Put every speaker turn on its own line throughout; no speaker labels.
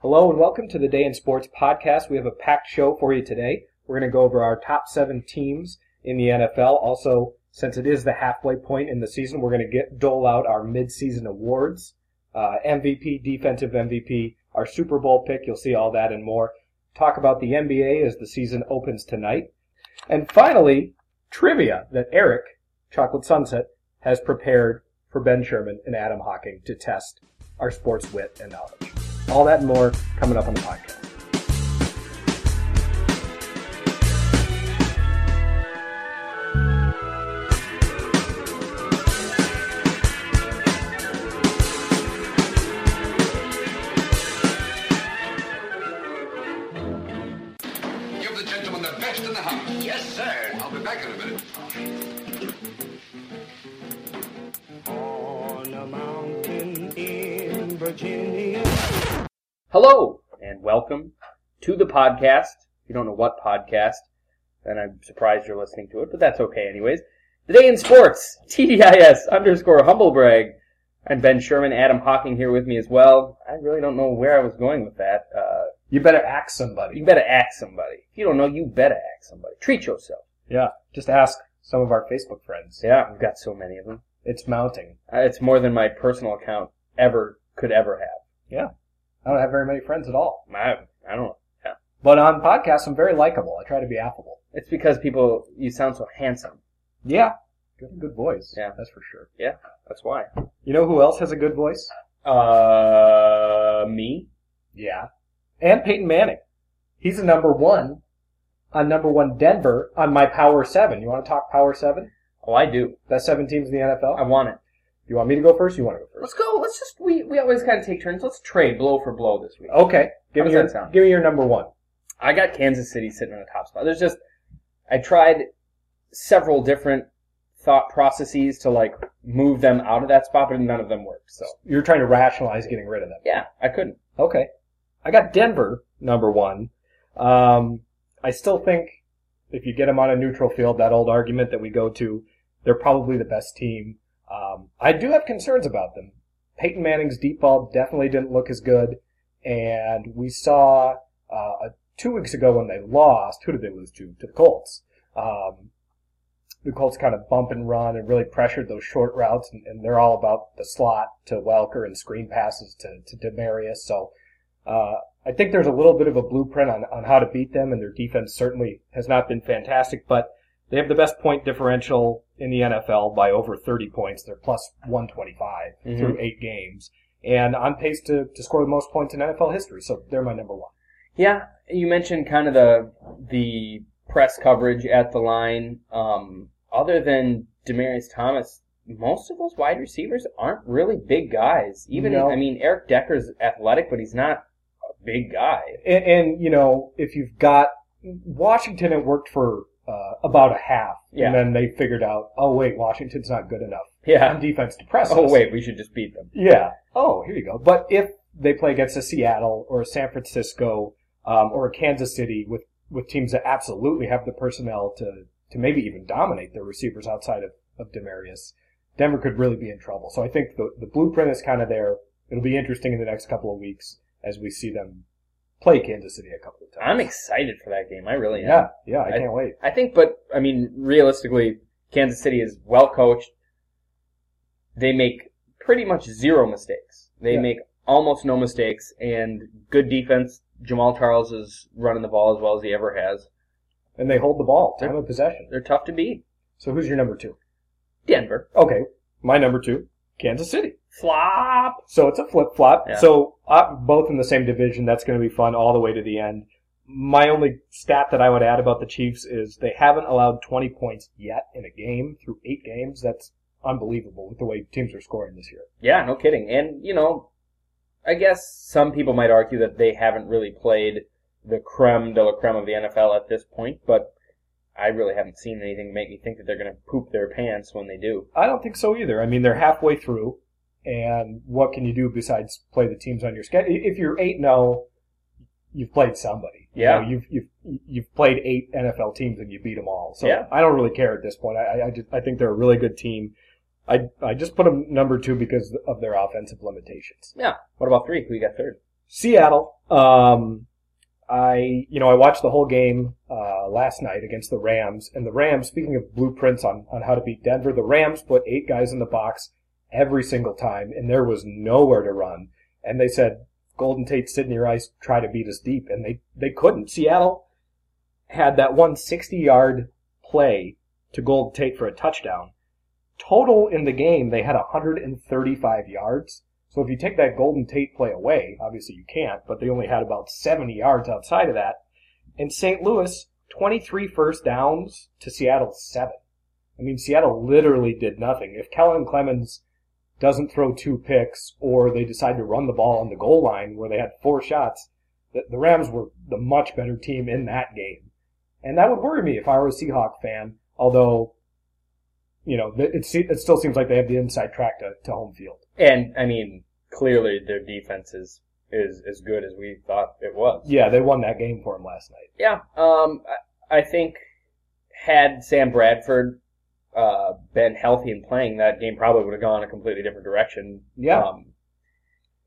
Hello and welcome to the Day in Sports podcast. We have a packed show for you today. We're going to go over our top seven teams in the NFL. Also, since it is the halfway point in the season, we're going to get dole out our midseason awards, uh, MVP, defensive MVP, our Super Bowl pick. You'll see all that and more. Talk about the NBA as the season opens tonight, and finally trivia that Eric Chocolate Sunset has prepared for Ben Sherman and Adam Hocking to test our sports wit and knowledge. All that and more coming up on the podcast.
Give the gentleman the best in the house. Yes, sir. I'll be back in a minute.
on a mountain in Virginia.
Hello and welcome to the podcast. If you don't know what podcast, then I'm surprised you're listening to it, but that's okay anyways. The Day in Sports, TDIS underscore humblebrag. I'm Ben Sherman, Adam Hawking here with me as well. I really don't know where I was going with that. Uh,
You better ask somebody.
you better ask somebody. If you don't know, you better ask somebody. Treat yourself.
Yeah, just ask some of our Facebook friends.
Yeah, we've got so many of them.
It's mounting.
Uh, It's more than my personal account ever could ever have.
Yeah, I don't have very many friends at all,
I, I don't know. Yeah.
but on podcasts I'm very likable. I try to be affable.
It's because people, you sound so handsome.
Yeah, good, good voice.
Yeah.
that's for sure.
Yeah, that's why.
You know who else has a good voice?
Uh, me?
Yeah, and Peyton Manning. He's a number one on number one Denver on my Power Seven. You want to talk Power Seven?
Oh, I do.
Best seven teams in the NFL.
I want it.
You want me to go first? You want to go first?
Let's go. Let's just we we always kind of take turns. Let's trade blow for blow this week.
Okay, give
How
me
does
your
that sound?
give me your number one.
I got Kansas City sitting on the top spot. There's just I tried several different thought processes to like move them out of that spot, but none of them worked. So
You're trying to rationalize getting rid of them.
yeah, I couldn't.
Okay. I got Denver number one. Um, I still think if you get them on a neutral field, that old argument that we go to, they're probably the best team. Um, I do have concerns about them. Peyton Manning's deep ball definitely didn't look as good, and we saw uh, uh, two weeks ago when they lost. Who did they lose to? To the Colts. Um, the Colts kind of bump and run and really pressured those short routes, and, and they're all about the slot to Welker and screen passes to to Demarius. So uh, I think there's a little bit of a blueprint on, on how to beat them, and their defense certainly has not been fantastic, but they have the best point differential in the NFL by over 30 points. They're plus 125
Mhm.
through eight games, and on pace to, to score the most points in NFL history, so they're my number one.
Yeah, you mentioned kind of the the press coverage at the line. Um, other than Demarius Thomas, most of those wide receivers aren't really big guys. Even
No.
I mean, Eric Decker's athletic, but he's not a big guy.
And, and you know, if you've got Washington, it worked for uh, about a half,
Yeah.
and then they figured out, oh wait, Washington's not good enough on
Yeah.
defense to press.
Oh
us.
wait, we should just beat them.
Yeah. Oh, here you go. But if they play against a Seattle or a San Francisco um, or a Kansas City with, with teams that absolutely have the personnel to, to maybe even dominate their receivers outside of, of Demarius, Denver could really be in trouble. So I think the, the blueprint is kind of there. It'll be interesting in the next couple of weeks as we see them play Kansas City a couple of times.
I'm excited for that game. I really am.
Yeah, yeah, I can't wait.
I think, but I mean, realistically, Kansas City is well coached. They make pretty much zero mistakes. They
Yeah.
make almost no mistakes, and good defense. Jamal Charles is running the ball as well as he ever has.
And they hold the ball, time of possession.
They're tough to beat.
So who's your number two?
Denver
Okay, my number two, Kansas City.
flop.
So it's a flip flop.
Yeah.
So uh, both in the same division. That's going to be fun all the way to the end. My only stat that I would add about the Chiefs is they haven't allowed 20 points yet in a game through eight games. That's unbelievable with the way teams are scoring this year.
Yeah, no kidding. And you know, I guess some people might argue that they haven't really played the creme de la creme of the NFL at this point, but I really haven't seen anything to make me think that they're going to poop their pants when they do.
I don't think so either. I mean, they're halfway through, and what can you do besides play the teams on your schedule? If you're eight zero, you've played somebody. You
Yeah.
know, you've you've you've played eight NFL teams and you beat them all. So
Yeah.
I don't really care at this point. I I, I, just, I think they're a really good team. I I just put them number two because of their offensive limitations.
Yeah. What about three? Who you got third?
Seattle. Um, I you know I watched the whole game uh, last night against the Rams, and the Rams. Speaking of blueprints on on how to beat Denver, the Rams put eight guys in the box every single time, and there was nowhere to run. And they said, Golden Tate, Sidney Rice, try to beat us deep, and they they couldn't. Seattle had that one 60 yard play to Golden Tate for a touchdown. Total in the game, they had 135 yards. So if you take that Golden Tate play away, obviously you can't, but they only had about 70 yards outside of that. And St. Louis, 23 first downs to Seattle's seven. I mean, Seattle literally did nothing. If Kellen Clemens doesn't throw two picks or they decide to run the ball on the goal line where they had four shots, the, the Rams were the much better team in that game. And that would worry me if I were a Seahawk fan, although, you know, it, it, se- it still seems like they have the inside track to, to home field.
And I mean, clearly their defense is is as good as we thought it was.
Yeah, they won that game for him last night.
Yeah. Um, I, I think had Sam Bradford uh, been healthy and playing, that game probably would have gone a completely different direction.
Yeah.
Um,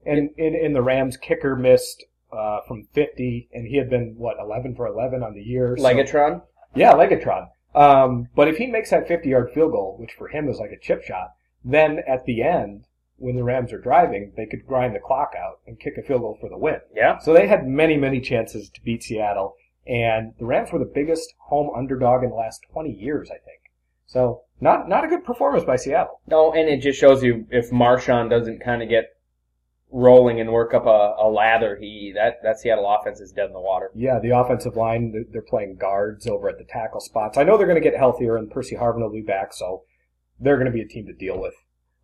And in, in the Rams, kicker missed uh, from 50, and he had been, what, 11 for 11 on the year? so-
Legatron.
Yeah, Legatron. Um, but if he makes that 50 yard field goal, which for him is like a chip shot, then at the end, when the Rams are driving, they could grind the clock out and kick a field goal for the win.
Yeah.
So they had many, many chances to beat Seattle, and the Rams were the biggest home underdog in the last 20 years, I think. So not not a good performance by Seattle.
No, and it just shows you if Marshawn doesn't kind of get rolling and work up a, a lather, he that that Seattle offense is dead in the water.
Yeah, the offensive line, they're- they're playing guards over at the tackle spots. I know they're going to get healthier, and Percy Harvin will be back, so they're going to be a team to deal with.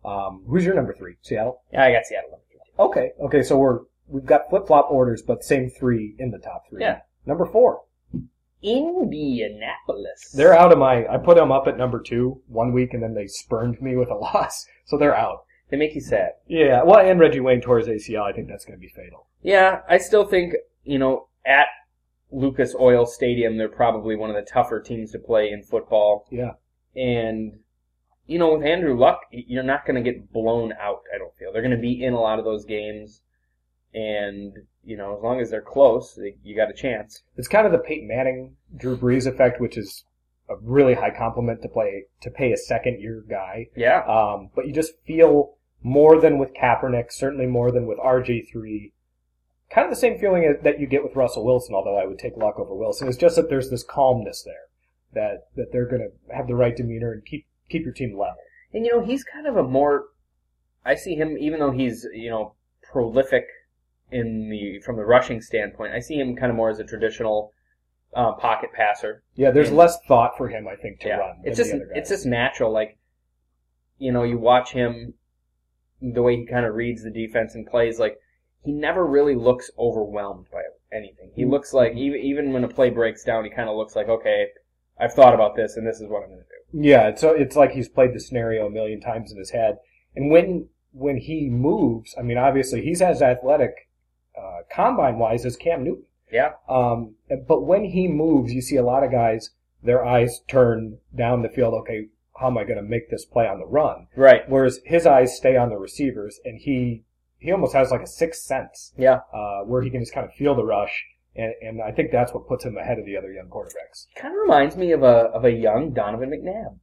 Um, who's your number three? Seattle?
Yeah, I got Seattle.
Okay. Okay. So we're we've got flip flop orders, but same three in the top three.
Yeah.
Number four.
Indianapolis.
They're out of my. I put them up at number two one week, and then they spurned me with a loss, so they're out.
They make you sad.
Yeah. Well, and Reggie Wayne tore his ACL. I think that's going to be fatal.
Yeah, I still think, you know, at Lucas Oil Stadium, they're probably one of the tougher teams to play in football.
Yeah.
And, you know, with Andrew Luck, y- you're not going to get blown out, I don't feel. They're going to be in a lot of those games. And, you know, as long as they're close, y- you got a chance.
It's kind of the Peyton Manning Drew Brees effect, which is a really high compliment to play to pay a second year guy.
Yeah.
Um, but you just feel more than with Kaepernick, certainly more than with RG3. Kind of the same feeling as- that you get with Russell Wilson, although I would take Luck over Wilson. It's just that there's this calmness there, that that they're going to have the right demeanor and keep keep your team level.
And, you know, he's kind of a more. I see him, even though he's, you know, prolific in the from the rushing standpoint, I see him kind of more as a traditional uh, pocket passer.
Yeah, there's
And-
less thought for him, I think, to
yeah.
run. than
It's just
the other guys.
it's just natural. Like you know, you watch him the way he kind of reads the defense and plays. Like he never really looks overwhelmed by anything.
Mm-hmm.
He looks like even even when a play breaks down, he kind of looks like okay, I've thought about this and this is what I'm going to do.
Yeah, it's it's like he's played the scenario a million times in his head. And when when he moves, I mean, obviously he's as athletic uh, combine wise as Cam Newton.
Yeah,
Um, but when he moves, you see a lot of guys, their eyes turn down the field. Okay, how am I going to make this play on the run?
right.
Whereas his eyes stay on the receivers, and he he almost has like a sixth sense
Yeah,
uh, where he can just kind of feel the rush, and and I think that's what puts him ahead of the other young quarterbacks.
kind of reminds me of a of a young Donovan McNabb.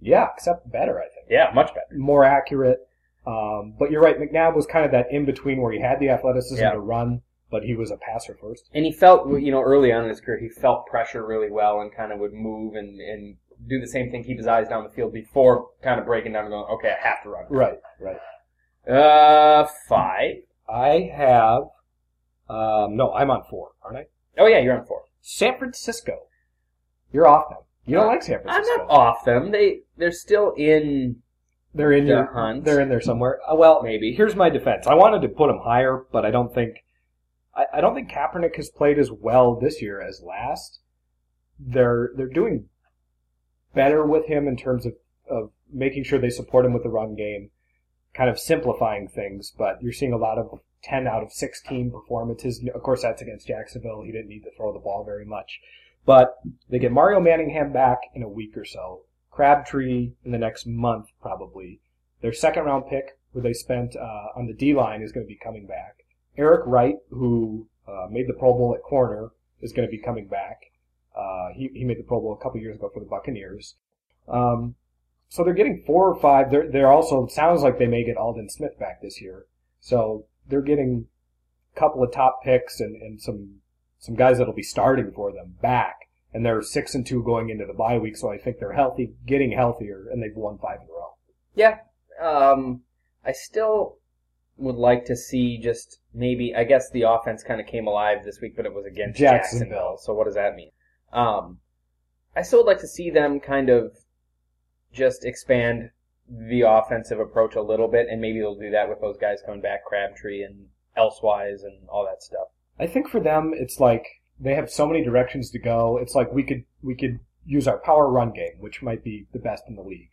Yeah, except better, I think,
Yeah, much better.
more accurate. Um, but you're right, McNabb was kind of that in between where he had the athleticism
Yeah.
to run, but he was a passer first.
And he felt, you know, early on in his career, he felt pressure really well and kind of would move and, and do the same thing, keep his eyes down the field before kind of breaking down and going, okay, I have to run.
Right, right.
Uh, five.
I have, um, no, I'm on four, aren't I?
Oh yeah, you're on four.
San Francisco. You're off them. You don't like San
I'm
Francisco.
not off them. They they're still in.
They're in
the
your
hunt.
They're in there somewhere. Uh, well,
Maybe.
Here's my defense. I wanted to put them higher, but I don't think I, I don't think Kaepernick has played as well this year as last. They're they're doing better with him in terms of of making sure they support him with the run game, kind of simplifying things. But you're seeing a lot of ten out of sixteen performances. Of course, that's against Jacksonville. He didn't need to throw the ball very much, but they get Mario Manningham back in a week or so. Crabtree in the next month probably. Their second round pick, who they spent uh, on the D line, is going to be coming back. Eric Wright, who uh, made the Pro Bowl at corner, is going to be coming back. Uh, he, he made the Pro Bowl a couple years ago for the Buccaneers. Um, so they're getting four or five. They're, they're also, sounds like they may get Alden Smith back this year. So they're getting a couple of top picks and, and some, some guys that'll be starting for them back. And they're six and two going into the bye week, so I think they're healthy, getting healthier, and they've won five in a row.
Yeah. Um, I still would like to see just maybe, I guess the offense kind of came alive this week, but it was against Jacksonville.
Jacksonville.
So what does that mean? Um, I still would like to see them kind of just expand the offensive approach a little bit, and maybe they'll do that with those guys coming back, Crabtree and Elsewise and all that stuff.
I think for them, it's like they have so many directions to go. It's like we could we could use our power run game, which might be the best in the league,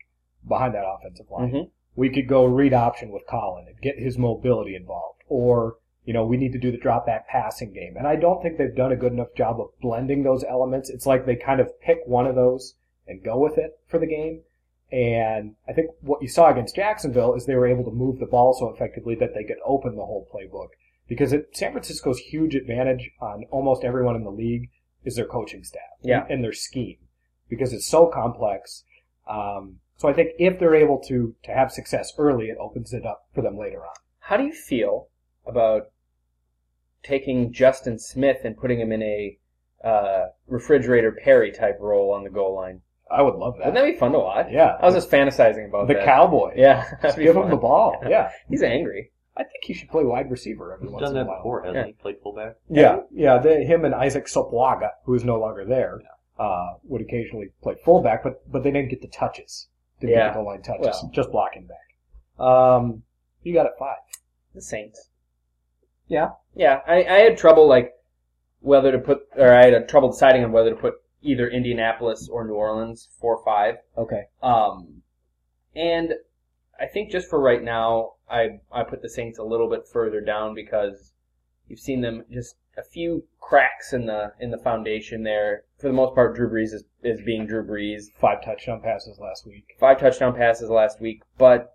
behind that offensive line.
Mhm.
We could go read option with Colin and get his mobility involved, or you know we need to do the drop back passing game. And I don't think they've done a good enough job of blending those elements. It's like they kind of pick one of those and go with it for the game. And I think what you saw against Jacksonville is they were able to move the ball so effectively that they could open the whole playbook because it, San Francisco's huge advantage on almost everyone in the league is their coaching staff
Yeah.
and, their scheme because it's so complex. Um, so I think if they're able to to have success early, it opens it up for them later on.
How do you feel about taking Justin Smith and putting him in a uh, refrigerator Perry type role on the goal line?
I would love
Wouldn't that be fun to watch?
Yeah.
I was just fantasizing
Oh,
about
the
that.
cowboy.
Yeah. that'd
Just
be
give
fun.
him the ball. Yeah,
He's angry.
I think he should play wide receiver every
He's
once
done
in a
that
while.
before, hasn't he? Played fullback.
Yeah, yeah. They, him and Isaac Sopwaga, who is no longer there, uh, would occasionally play fullback, but but they didn't get the touches. Didn't get
Yeah.
the goal line touches,
Well.
just blocking back. Um, you got it five.
The Saints.
Yeah.
Yeah. I, I had trouble like whether to put or I had trouble deciding on whether to put either Indianapolis or New Orleans four or five.
Okay.
Um and I think just for right now, I I put the Saints a little bit further down because you've seen them just a few cracks in the in the foundation there. For the most part, Drew Brees is, is being Drew Brees.
Five touchdown passes last week.
five touchdown passes last week. But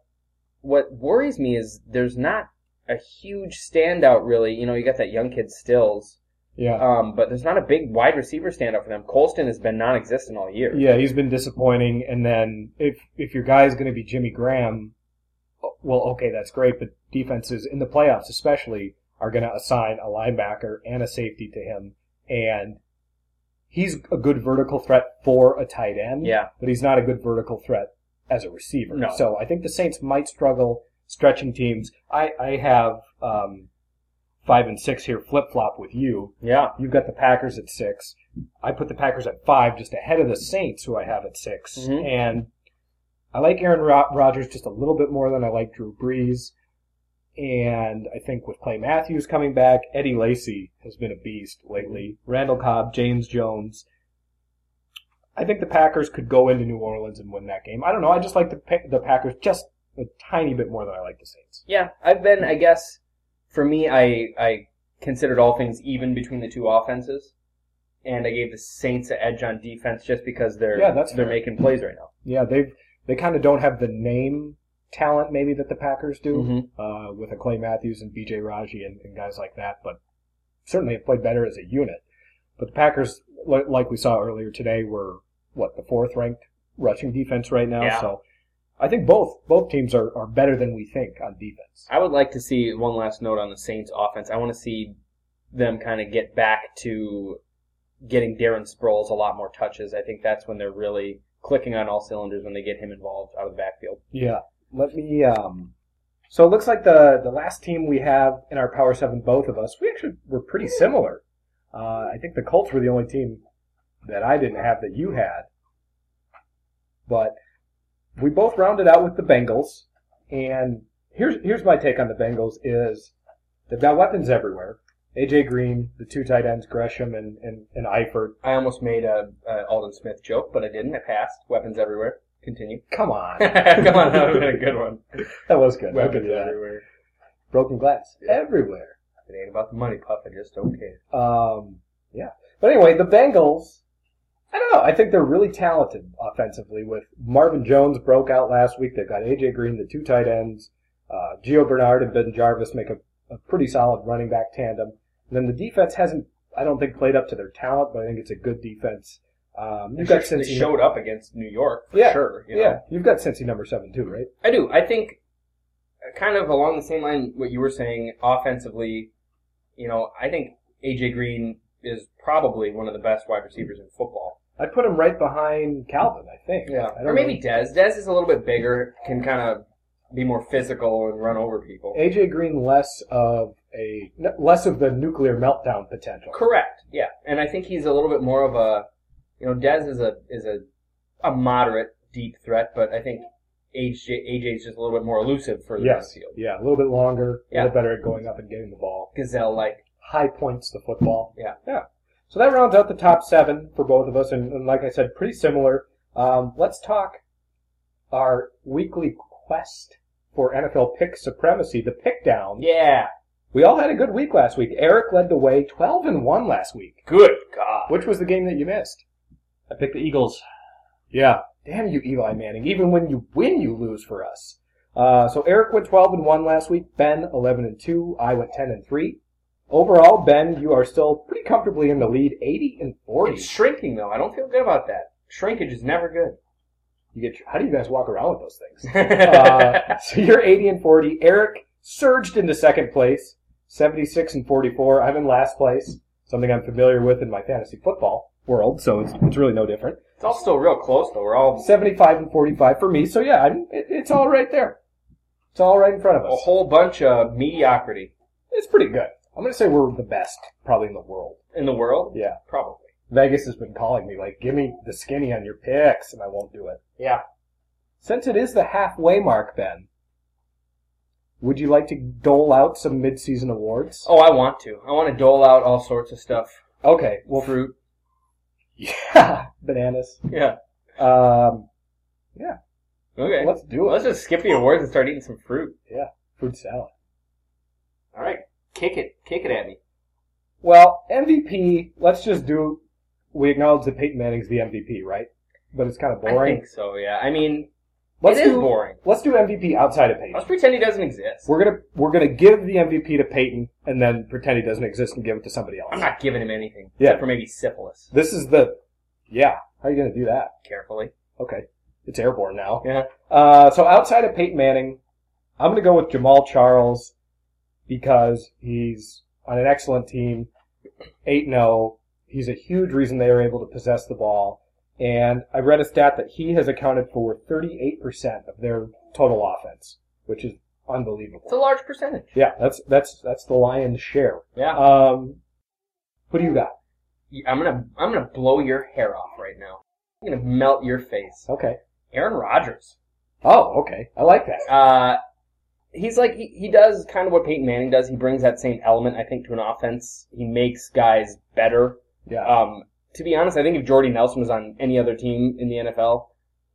what worries me is there's not a huge standout really. You know, you got that young kid Stills,
Yeah.
um, but there's not a big wide receiver standout for them. Colston has been non-existent all year.
yeah, he's been disappointing. And then if if your guy is going to be Jimmy Graham, uh, well, okay, that's great. But defenses in the playoffs, especially, are going to assign a linebacker and a safety to him, and he's a good vertical threat for a tight end.
Yeah.
but he's not a good vertical threat as a receiver.
No.
So I think the Saints might struggle stretching teams. I I have um, five and six here flip flop with you.
Yeah.
You've got the Packers at six. I put the Packers at five, just ahead of the Saints, who I have at 6
Mhm.
And I like Aaron Ro- Rodgers just a little bit more than I like Drew Brees. And I think with Clay Matthews coming back, Eddie Lacy has been a beast lately. Randall Cobb, James Jones. I think the Packers could go into New Orleans and win that game. I don't know. I just like the Pa- the Packers just a tiny bit more than I like the Saints.
Yeah, I've been, I guess, for me, I I considered all things even between the two offenses, and I gave the Saints an edge on defense just because they're
Yeah, that's
they're
fair.
making plays right now.
Yeah, they've they kind of don't have the name talent maybe that the Packers do
Mhm.
uh, with a Clay Matthews and B.J. Raji and, and guys like that, but certainly have played better as a unit. But the Packers, li- like we saw earlier today, were what the fourth ranked rushing defense right now.
Yeah.
So I think both both teams are, are better than we think on defense.
I would like to see one last note on the Saints offense. I want to see them kind of get back to getting Darren Sproles a lot more touches. I think that's when they're really clicking on all cylinders when they get him involved out of the backfield.
Yeah. Let me. Um, so it looks like the the last team we have in our Power Seven, both of us, we actually were pretty similar. Uh, I think the Colts were the only team that I didn't have that you had, but we both rounded out with the Bengals. And here's here's my take on the Bengals is they've got weapons everywhere. AJ Green, the two tight ends, Gresham and and, and Eifert.
I almost made a, a Alden Smith joke, but I didn't. I passed. Weapons everywhere. Continue.
Come on,
Come on, that would have been a good one.
that was good. I'll give
Weapons
you that.
everywhere.
Broken glass everywhere.
It ain't about the money, Puff. I just don't care.
Um, yeah. But anyway, the Bengals. I don't know. I think they're really talented offensively. With Marvin Jones broke out last week, they've got AJ Green, the two tight ends. Uh, Gio Bernard and Ben Jarvis make a, a pretty solid running back tandem. And then the defense hasn't, I don't think, played up to their talent, but I think it's a good defense. Um, you've got
They
Cincy.
showed up against New York for
Yeah.
sure. You know?
yeah, you've got Cincy number seven too, right?
I do. I think uh, kind of along the same line what you were saying offensively, you know, I think AJ Green is probably one of the best wide receivers in football.
I'd put him right behind Calvin, I think. I
Or maybe Dez. Dez is a little bit bigger, can kind of be more physical and run over people.
AJ Green less of a less of the nuclear meltdown potential.
Correct. Yeah, and I think he's a little bit more of a, you know, Dez is a is a, a moderate deep threat, but I think AJ AJ is just a little bit more elusive for the
Yes.
field.
Yeah, a little bit longer, a
Yeah.
little better at going up and getting the ball.
Gazelle like.
High points the football.
Yeah.
Yeah. So that rounds out the top seven for both of us, and, and like I said, pretty similar. Um, let's talk our weekly quest for NFL pick supremacy, the pick down.
Yeah.
We all had a good week last week. Eric led the way, twelve and one last week.
Good God.
Which was the game that you missed?
I picked the Eagles.
Yeah. Damn you, Eli Manning. Even when you win, you lose for us. Uh, so Eric went 12 and 1 last week. Ben 11 and 2. I went 10 and 3. Overall, Ben, you are still pretty comfortably in the lead, 80 and 40.
It's shrinking though. I don't feel good about that. Shrinkage is never good.
You get how do you guys walk around with those things? uh, so you're 80 and 40. Eric surged into second place, 76 and 44. I'm in last place, something I'm familiar with in my fantasy football world, so it's it's really no different.
It's all still real close though. We're all
75 and 45 for me. So yeah, I'm, it, it's all right there. It's all right in front of
a
us.
whole bunch of mediocrity
It's pretty good. I'm gonna say we're the best, probably in the world.
in the world.
Yeah.
Probably.
Vegas has been calling me like, "Give me the skinny on your picks," and I won't do it.
Yeah.
Since it is the halfway mark, Ben, would you like to dole out some midseason awards?
Oh, I want to. I want to dole out all sorts of stuff.
Okay.
Well, fruit.
Yeah, bananas.
Yeah.
Um,
Okay.
let's do it.
Let's just skip the awards and start eating some fruit.
Food salad.
All right, kick it, kick it at me.
Well, MVP. Let's just do. We acknowledge that Peyton Manning's the MVP, right? But it's kind of boring.
I think so. Yeah, I mean,
Let's
it is
do,
boring.
Let's do MVP outside of Peyton.
Let's pretend he doesn't exist.
We're gonna we're gonna give the MVP to Peyton and then pretend he doesn't exist and give it to somebody else.
I'm not giving him anything
Yeah.
except for maybe syphilis.
This is the yeah. How are you gonna do that?
Carefully.
Okay, it's airborne now.
Yeah.
Uh, so outside of Peyton Manning, I'm gonna go with Jamal Charles because he's on an excellent team, eight and zero. He's a huge reason they are able to possess the ball. And I read a stat that he has accounted for 38% of their total offense, which is
It's a
unbelievable.
large percentage.
Yeah, that's that's that's the lion's share.
Yeah.
Um, who do you got?
I'm gonna, I'm gonna blow your hair off right now. I'm gonna melt your face.
Okay.
Aaron Rodgers.
Oh, okay. I like that.
Uh, he's like he, he does kind of what Peyton Manning does. He brings that same element, I think, to an offense. He makes guys better.
Yeah.
Um, to be honest, I think if Jordy Nelson was on any other team in the NFL,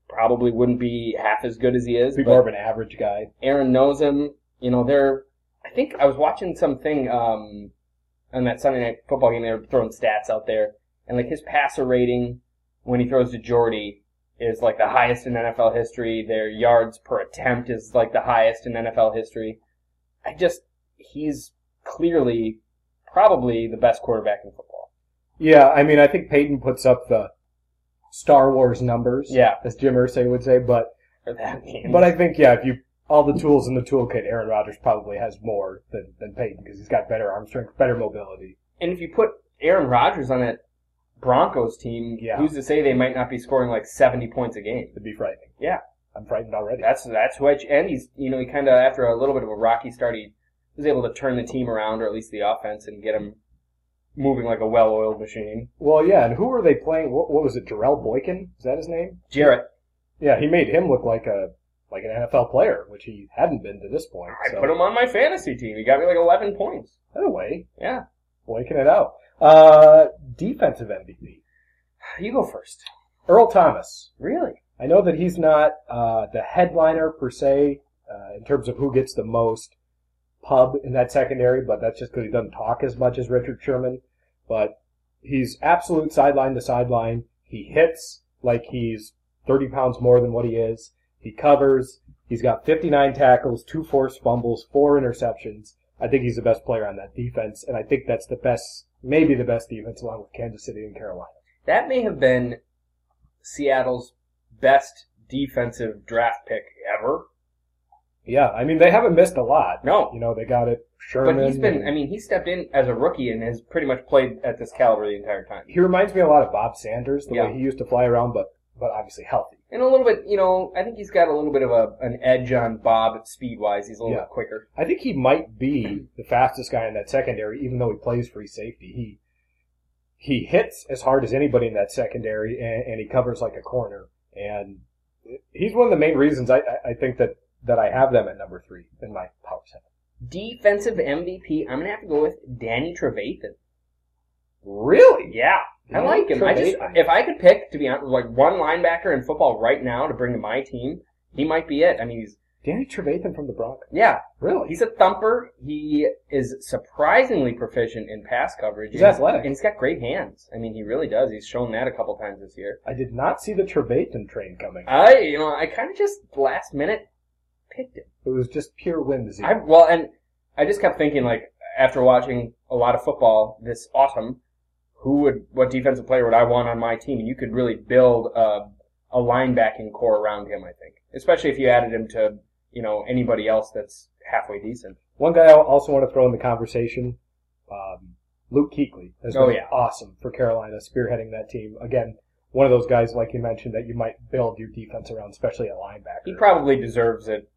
probably wouldn't be half as good as he is.
Be
but-
more of an average guy.
Aaron knows him. You know, they're. I think I was watching something um, on that Sunday night football game. They were throwing stats out there, and like his passer rating when he throws to Jordy is like the highest in NFL history. Their yards per attempt is like the highest in NFL history. I just he's clearly probably the best quarterback in football.
Yeah, I mean, I think Peyton puts up the Star Wars numbers.
Yeah.
As Jim Irsay would say, but
For that game.
but I think yeah, if you all the tools in the toolkit, Aaron Rodgers probably has more than than Peyton because he's got better arm strength, better mobility.
and if you put Aaron Rodgers on that Broncos team,
Yeah.
who's to say they might not be scoring like seventy points a game?
It'd be frightening.
Yeah.
I'm frightened already.
That's that's who I and he's you know he kind of after a little bit of a rocky start he was able to turn the team around or at least the offense and get him moving like a well-oiled machine.
Well, yeah, and who are they playing? What, what was it? Jarrell Boykin? Is that his name?
Jarrett,
Yeah, he made him look like a like an NFL player, which he hadn't been to this point.
I
so-
put him on my fantasy team. He got me like 11 points.
Anyway,
Yeah,
blanking it out. Uh, defensive MVP.
you go first.
Earl Thomas.
Really?
I know that he's not uh, the headliner per se uh, in terms of who gets the most pub in that secondary, but that's just because he doesn't talk as much as Richard Sherman. But he's absolute sideline to sideline. He hits like he's 30 pounds more than what he is. He covers. He's got 59 tackles, two forced fumbles, four interceptions. I think he's the best player on that defense, and I think that's the best, maybe the best defense along with Kansas City and Carolina.
That may have been Seattle's best defensive draft pick ever.
Yeah, I mean they haven't missed a lot.
No.
You know they got it. Sherman.
But he's been,
and-
I mean, he stepped in as a rookie and has pretty much played at this caliber the entire time.
he reminds me a lot of Bob Sanders, the
Yeah.
way he used to fly around, but but obviously healthy.
And a little bit, you know, I think he's got a little bit of a, an edge on Bob speed wise. He's a little
Yeah.
bit quicker.
I think he might be the fastest guy in that secondary, even though he plays free safety. He he hits as hard as anybody in that secondary, and, and he covers like a corner. And he's one of the main reasons I, I, I think that, that I have them at number three in my power set.
Defensive MVP, I'm going to have to go with Danny Trevathan.
Really?
Yeah. I like him. I just,
Trevathan.
if I could pick, to be honest, like one linebacker in football right now to bring to my team, he might be it. I mean, he's,
Danny Trevathan from the Broncos.
yeah,
Really?
He's a thumper. He is surprisingly proficient in pass coverage.
He's
And-
athletic.
And he's got great hands. I mean, he really does. He's shown that a couple times this year.
I did not see the Trevathan train coming.
I, you know, I kind of just last minute picked him.
It was just pure whimsy.
I well, and I just kept thinking like after watching a lot of football this autumn, who would what defensive player would I want on my team? And you could really build a a linebacking core around him. I think, especially if you added him to you know anybody else that's halfway decent.
One guy I also want to throw in the conversation, um, Luke Kuechly has been
Oh, yeah.
awesome for Carolina, spearheading that team. Again, one of those guys, like you mentioned, that you might build your defense around, especially at linebacker.
He probably deserves it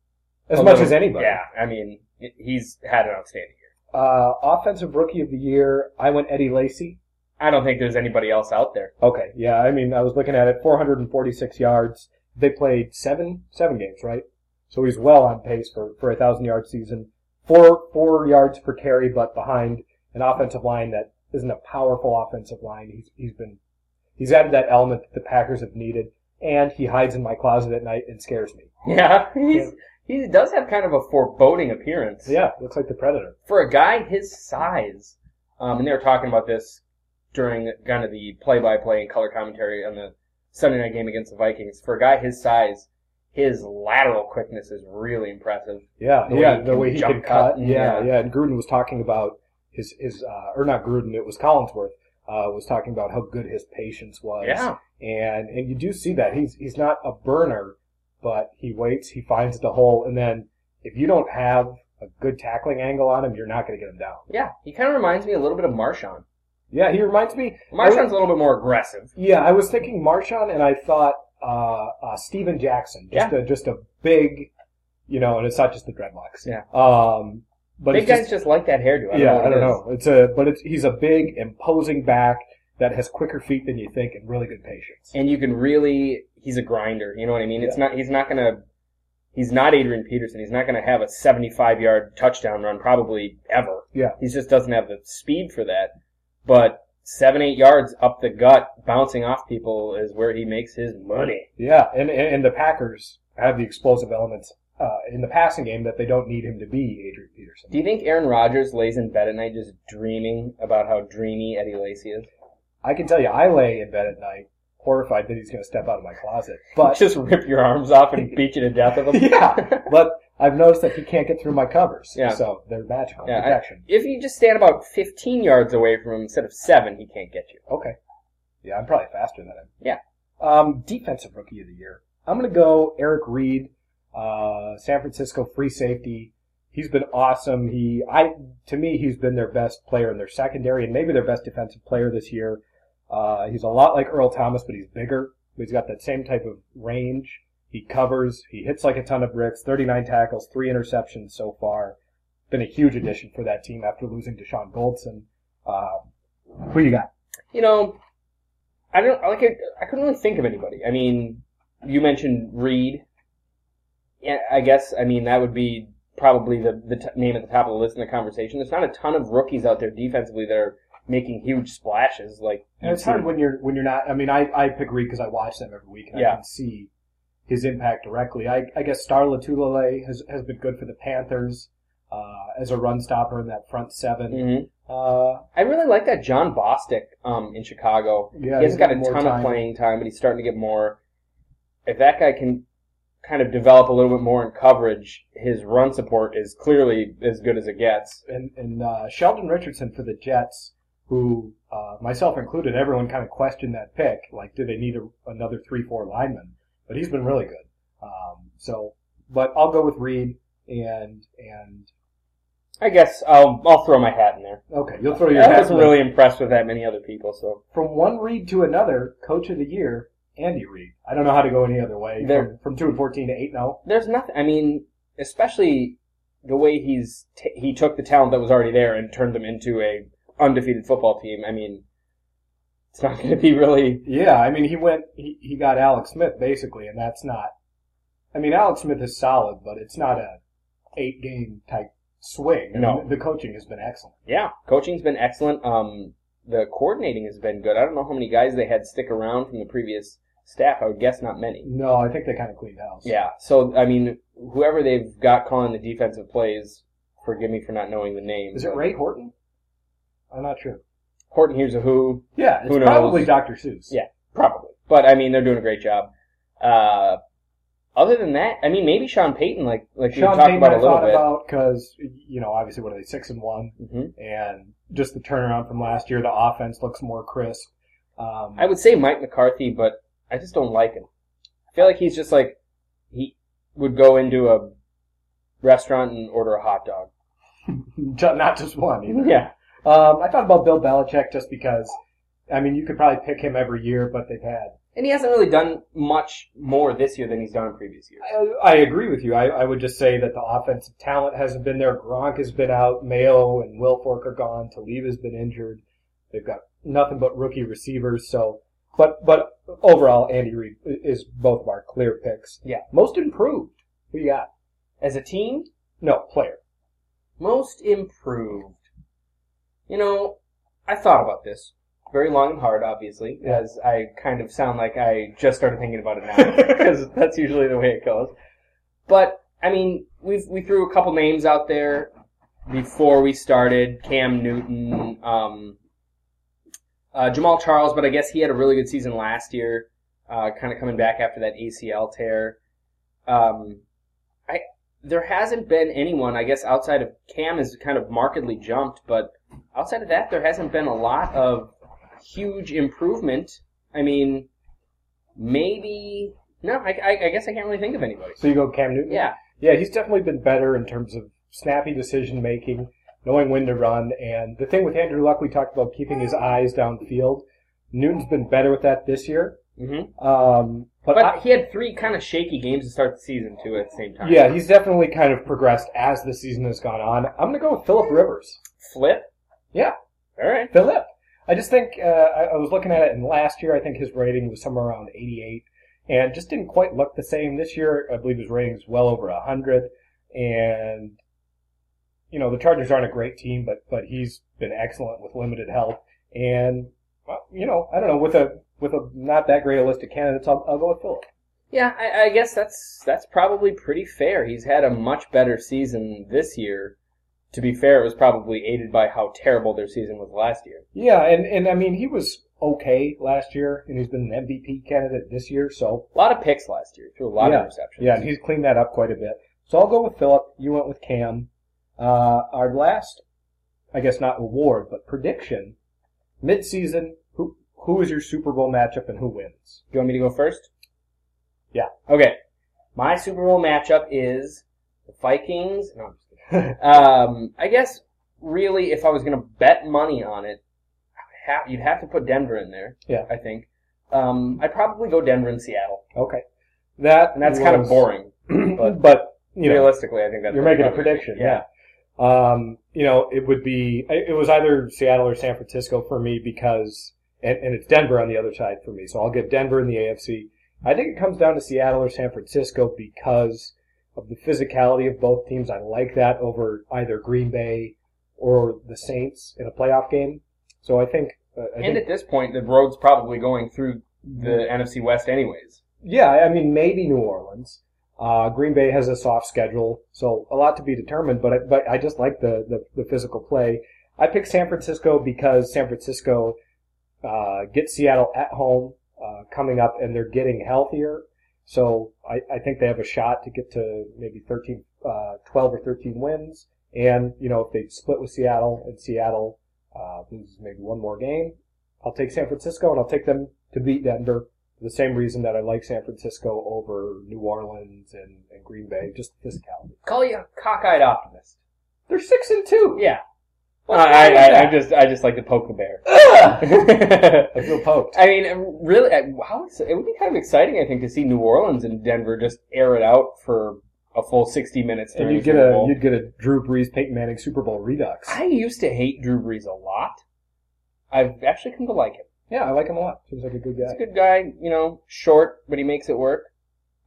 as
a
much
little-
as anybody.
Yeah, I mean, it- he's had an outstanding year.
Uh, offensive rookie of the year, I went Eddie Lacy.
I don't think there's anybody else out there.
Okay, yeah, I mean, I was looking at it, 446 yards. They played seven, seven games, right? So he's well on pace for, for a thousand yard season. Four, four yards per carry, but behind an offensive line that isn't a powerful offensive line. He's, he's been, he's added that element that the Packers have needed, and he hides in my closet at night and scares me.
Yeah, he's he does have kind of a foreboding appearance.
So yeah, looks like the Predator.
for a guy his size, um, and they were talking about this during kind of the play-by-play and color commentary on the Sunday night game against the Vikings. For a guy his size, his lateral quickness is really impressive.
Yeah,
The way
yeah,
he
the
can
way he
jump
can
cut
cut.
and-
Yeah,
yeah.
yeah. And Gruden was talking about his his uh, or not Gruden, it was Collinsworth uh, was talking about how good his patience was.
Yeah.
and and you do see that he's he's not a burner, but he waits, he finds the hole, and then if you don't have a good tackling angle on him, you're not going to get him down.
Yeah, he kind of reminds me a little bit of Marshawn.
Yeah, he reminds me.
Marshawn's a little bit more aggressive.
Yeah, I was thinking Marshawn, and I thought uh, uh, Steven Jackson. Just a just a big, you know, and it's not just the dreadlocks.
Yeah.
Um, but
Big
it's
guys
just,
just, like that hairdo. I don't know
yeah,
what
I
it
don't
is.
know. It's a but it's he's a big, imposing back that has quicker feet than you think and really good patience.
and you can really he's a grinder you know what i mean it's not he's not gonna he's not adrian peterson he's not gonna have a 75 yard touchdown run probably ever
Yeah.
he just doesn't have the speed for that but seven eight yards up the gut bouncing off people is where he makes his money
Yeah, and and, and the Packers have the explosive elements uh, in the passing game that they don't need him to be Adrian Peterson.
do you think aaron rodgers lays in bed at night just dreaming about how dreamy eddie lacy is
I can tell you, I lay in bed at night horrified that he's going to step out of my closet, but
just rip your arms off and beat you to death with them
yeah, but I've noticed that he can't get through my covers.
Yeah.
so they're magical
Yeah, I-
protection.
if you just stand about 15 yards away from him instead of seven he can't get you
okay, yeah, I'm probably faster than him.
Yeah.
Um, defensive rookie of the year. I'm going to go Eric Reed, uh, San Francisco free safety. He's been awesome. He, I, to me, he's been their best player in their secondary and maybe their best defensive player this year. Uh, he's a lot like Earl Thomas, but he's bigger. He's got that same type of range. He covers. He hits like a ton of bricks. 39 tackles, three interceptions so far. Been a huge addition for that team after losing Deshaun Goldson. Um, who you got?
you know, I don't like. I, I couldn't really think of anybody. I mean, you mentioned Reed. Yeah, I guess. I mean, that would be probably the the t- name at the top of the list in the conversation. There's not a ton of rookies out there defensively that are making huge splashes. Like
And it's
you've
hard
seen.
when you're when you're not. I mean, I I pick Reed because I watch them every week and
Yeah.
I can see his impact directly. I I guess Star Latulele has has been good for the Panthers uh, as a run stopper in that front 7
Mhm.
Uh,
I really like that John Bostic um, in Chicago.
yeah,
he hasn't got a
more
ton of
time.
playing time, but he's starting to get more. If that guy can kind of develop a little bit more in coverage, his run support is clearly as good as it gets.
and, and uh, Sheldon Richardson for the Jets, who uh, myself included, everyone kind of questioned that pick. Like, do they need a, another three, four lineman? But he's been really good. Um, so, but I'll go with Reed and and
I guess I'll I'll throw my hat in there.
okay, you'll throw your
I
hat.
was really impressed with that many other people. So
from one Reed to another, Coach of the Year, Andy Reed. I don't know how to go any other way.
There-
From, from two and oh. fourteen to eight now.
there's nothing. I mean, especially the way he's t- he took the talent that was already there and turned them into a undefeated football team. I mean, it's not going to be really.
Yeah, I mean, he went, he, he got Alex Smith basically, and that's not. I mean, Alex Smith is solid, but it's not a eight game type swing. I
No.
mean, the coaching has been excellent.
Yeah, coaching's been excellent. Um, the coordinating has been good. I don't know how many guys they had stick around from the previous staff. I would guess not many.
No, I think they kind of cleaned house.
Yeah. So I mean, whoever they've got calling the defensive plays, forgive me for not knowing the name.
Is it
but
Ray Horton? I'm not sure.
Horton here's a who.
Yeah, it's
Who knows?
probably Dr. Seuss.
Yeah. Probably. But I mean, they're doing a great job. Uh, other than that, I mean, maybe Sean Payton, like like we
Sean
talked
Payton,
about
I
a little
thought
bit.
about because you know, obviously, what are they six and one,
Mhm.
and just the turnaround from last year. The offense looks more crisp. Um,
I would say Mike McCarthy, but I just don't like him. I feel like he's just like he would go into a restaurant and order a hot dog.
not just one. Either.
Yeah,
Um, I thought about Bill Belichick just because, I mean, you could probably pick him every year, but they've had.
and he hasn't really done much more this year than he's done in previous years.
I, I agree with you. I, I would just say that the offensive talent hasn't been there. Gronk has been out. Mayo and Wilfork are gone. Talib has been injured. They've got nothing but rookie receivers. So, but but overall, Andy Reid i- is both of our clear picks.
Yeah.
most improved. We got
As a team,
no player.
most improved. You know, I thought about this very long and hard, obviously, as I kind of sound like I just started thinking about it now because that's usually the way it goes. But I mean, we we threw a couple names out there before we started: Cam Newton, um, uh, Jamal Charles. But I guess he had a really good season last year, uh, kind of coming back after that ACL tear. Um, I there hasn't been anyone, I guess, outside of Cam has kind of markedly jumped, but outside of that, there hasn't been a lot of huge improvement. I mean, maybe no. I, I, I guess I can't really think of anybody.
So you go Cam Newton.
Yeah.
Yeah, he's definitely been better in terms of snappy decision making, knowing when to run, and the thing with Andrew Luck, we talked about keeping his eyes downfield. Newton's been better with that this year.
hmm
Um, but
But
I-
he had three kind of shaky games to start the season too at the same time.
yeah, he's definitely kind of progressed as the season has gone on. I'm going to go with Philip Rivers.
Flip.
Yeah,
All right.
Philip. I just think uh, I, I was looking at it, and last year I think his rating was somewhere around 88, and just didn't quite look the same. This year I believe his rating is well over 100, and you know the Chargers aren't a great team, but but he's been excellent with limited help, and well, you know I don't know with a with a not that great a list of candidates, I'll, I'll go with Philip.
Yeah, I, I guess that's that's probably pretty fair. He's had a much better season this year. To be fair, it was probably aided by how terrible their season was last year.
Yeah, and and I mean he was okay last year, and he's been an MVP candidate this year, so
A lot of picks last year. Threw a lot
yeah.
of interceptions.
Yeah, and he's cleaned that up quite a bit. So I'll go with Philip. You went with Cam. Uh, our last, I guess not award, but prediction, mid-season, who, who is your Super Bowl matchup and who wins?
You want me to go first?
Yeah.
Okay. My Super Bowl matchup is the Vikings. No, I'm just kidding. um, I guess really, if I was going to bet money on it, I would have, you'd have to put Denver in there.
Yeah.
I think. Um, I'd probably go Denver and Seattle,
Okay. That,
and that's kind of
was-
boring.
but,
but-
you know,
Realistically, I think that's
you're
what
making a
I'm gonna
prediction.
do.
Yeah. Um, you know, it would be, it it was either Seattle or San Francisco for me because, and, and it's Denver on the other side for me. So I'll give Denver in the AFC. I think it comes down to Seattle or San Francisco because of the physicality of both teams. I like that over either Green Bay or the Saints in a playoff game. So I think, uh, I
And
think
at this point, the road's probably going through the
Mm-hmm.
NFC West, anyways.
Yeah, I mean, maybe New Orleans. Uh, Green Bay has a soft schedule, so a lot to be determined, but I, but I just like the, the, the physical play. I picked San Francisco because San Francisco uh, gets Seattle at home uh, coming up, and they're getting healthier. So I, I think they have a shot to get to maybe 13, uh, 12 or 13 wins. And, you know, if they split with Seattle and Seattle uh, loses maybe one more game, I'll take San Francisco and I'll take them to beat Denver for the same reason that I like San Francisco over New Orleans and, and Green Bay, just physicality.
Call you a cockeyed optimist.
They're 6 and 2.
Yeah.
I, I, I just I just like to poke the bear.
I feel poked.
I mean, um, really, I- how is, it would be kind of exciting, I think, to see New Orleans and Denver just air it out for a full sixty minutes.
And
during
you'd
the
get
Super
a
Bowl.
you'd get a Drew Brees Peyton Manning Super Bowl redux.
I used to hate Drew Brees a lot. I've actually come to like him.
Yeah, I like him a lot. Seems like a good
He's
guy.
a good guy, you know, short, but he makes it work.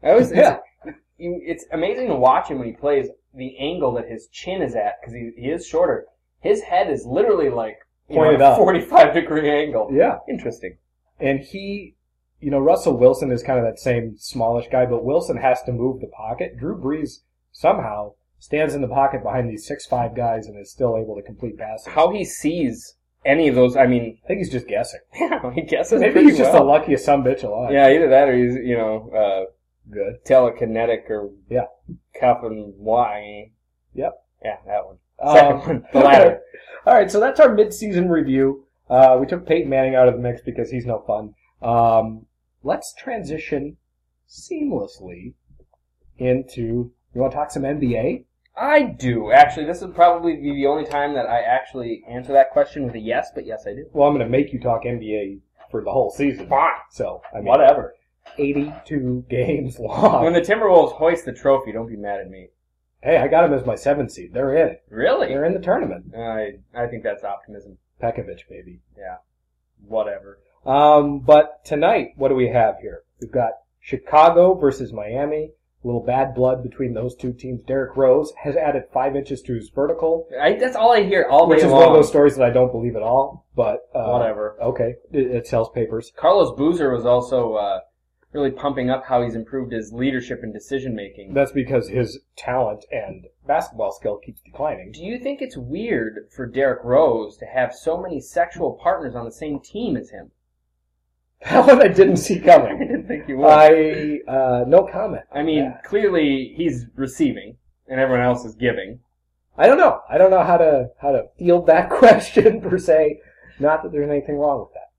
I always,
Yeah.
it's, you, it's amazing to watch him when he plays. The angle that his chin is at, because he, he is shorter, his head is literally like you know,
Pointed
a
up.
forty-five degree angle.
Yeah.
Interesting.
And he, you know, Russell Wilson is kind of that same smallish guy, but Wilson has to move the pocket. Drew Brees somehow stands in the pocket behind these six five guys and is still able to complete passes.
How he sees any of those? I mean,
I think he's just guessing.
yeah, he guesses
Maybe
pretty
he's just
well.
the luckiest son bitch alive.
Yeah, either that or he's you know uh,
Good.
telekinetic or
Yeah.
cuff and why.
Yep.
Yeah, that one.
Um,
Second one, the latter.
okay. All right, so that's our midseason review. Uh, we took Peyton Manning out of the mix because he's no fun. Um, let's transition seamlessly into. You want to talk some NBA?
I do actually. This would probably be the only time that I actually answer that question with a yes, but yes, I do.
Well, I'm going to make you talk NBA for the whole season.
Fine.
So, I mean,
Whatever.
82 games
When
long.
the Timberwolves hoist the trophy, don't be mad at me.
hey, I got them as my seventh seed. They're in.
Really?
They're in the tournament.
I I think that's optimism.
Pekovic, maybe.
Whatever.
Um, but tonight, what do we have here? We've got Chicago versus Miami. A little bad blood between those two teams. Derrick Rose has added five inches to his vertical,
I, that's all I hear all
which
day
is
long.
one of those stories that I don't believe at all. But uh,
Whatever.
Okay, it, it sells papers.
Carlos Boozer was also uh, really pumping up how he's improved his leadership and decision making.
That's because his talent and basketball skill keeps declining.
Do you think it's weird for Derek Rose to have so many sexual partners on the same team as him?
That one I didn't see
I
coming.
didn't think you would.
I uh, no comment.
I mean, clearly he's receiving, and everyone else is giving.
I don't know. I don't know how to how to field that question per se. Not that there's anything wrong with that.